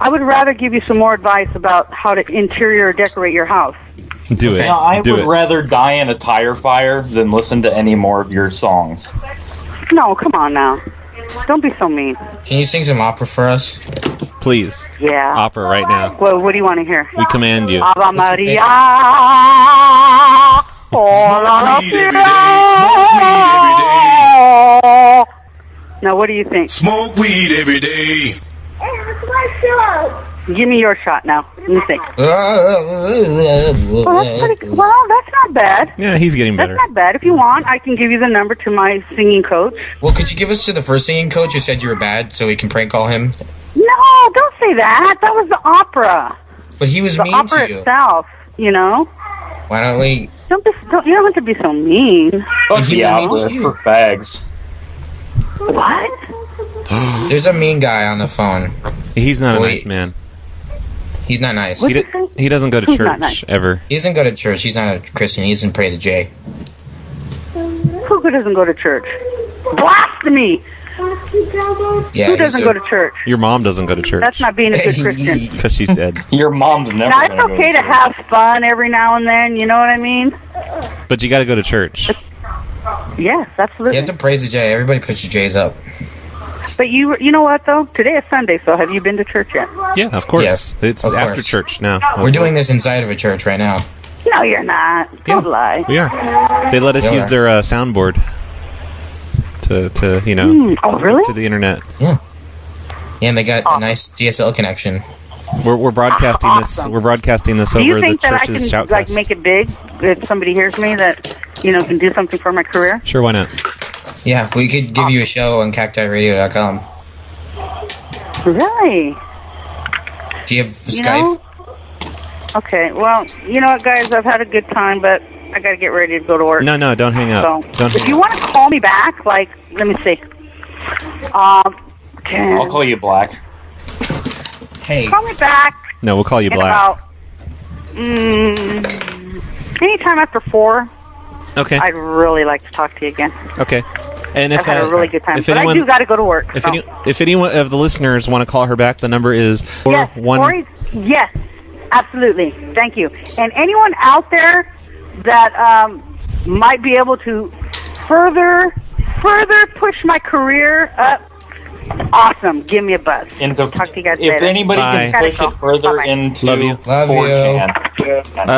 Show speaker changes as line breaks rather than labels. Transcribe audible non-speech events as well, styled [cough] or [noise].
I would rather give you some more advice about how to interior decorate your house.
Do it.
Now, I
Do
would
it.
rather die in a tire fire than listen to any more of your songs.
No, come on now. Don't be so mean.
Can you sing some opera for us?
Please.
Yeah.
Opera right now.
Well, what do you want to hear?
We command you.
Ave Maria.
Smoke weed every day. Smoke weed every day.
Now, what do you think?
Smoke weed every day.
Give me your shot now. Let me think. Well, that's pretty.
That's
Well, that's not bad.
Yeah, he's getting
That's
better.
not bad. If you want, I can give you the number to my singing coach.
Well, could you give us to the first singing coach who said you were bad, so we can prank call him?
No, don't say that. That was the opera.
But he was
The
mean
opera
to you.
itself. You know.
Why don't we?
Don't be. Don't, you don't have to be so mean.
Fuck
he
the
was
opera
mean to
for fags.
What?
you. There's a mean guy on the phone.
He's not a
Wait.
nice man.
He's not nice.
He, d- he doesn't go to
He's
church
not nice.
ever.
He doesn't go to church. He's not a Christian. He doesn't pray to Jay.
Who who doesn't go to church? Blasphemy!
Yeah,
Who
he's
doesn't
a-
go
[laughs]
to church?
Your mom doesn't go to church
That's not being a good Christian.
[laughs] because she's dead.
Your mom's never.
Now, it's
gonna go
okay to
church.
have fun every now and then. You know what I mean?
But you got to go to church.
Yes,
You
absolutely.
have to praise to Jay. Everybody puts your J's up.
But you, you know what though? Today is Sunday, so have you been to church yet?
Yeah, of course.
Yes,
it's
of
after
course.
church now.
We're doing this inside of a church right now.
No, you're not. Don't
Yeah.
lie.
We are. They let us
We
use
are.
their uh, soundboard to to you know
Mm, oh, really?
to the internet.
Yeah, and they got a nice DSL connection.
We're, we're broadcasting this.
Awesome.
We're broadcasting this
Do you
over the
think that I can
church's shoutcast.
like make it big if somebody hears me that you know can do something for my career?
sure, why not?
Yeah, we could give you a show on cactiradio.com.
Really?
Do you have
You
Skype?
know? Okay. Well, you know what, guys? I've had a good time, but I got to get ready to go to work.
No, no, don't hang
So,
up. Don't
if
hang
you
up.
want to call me back, like, let me see. Um, can
I'll call you black.
Hey,
call me back
No, we'll call you
in
black.
about mm, anytime after four.
Okay,
I'd really like to talk to you again.
okay. And if
I've had
uh,
a really good time,
if
but I
anyone,
do got to go to work.
if
so.
any, if anyone of the listeners want to call her back, the number is four
yes,
one.
or is- yes, absolutely. Thank you. And anyone out there that um, might be able to further further push my career up, awesome. Give me a buzz.
Into
Talk to you guys
if
later.
anybody
Bye.
can push it further
Bye-bye.
into
Love you.
Love you.
4chan.
Uh, let's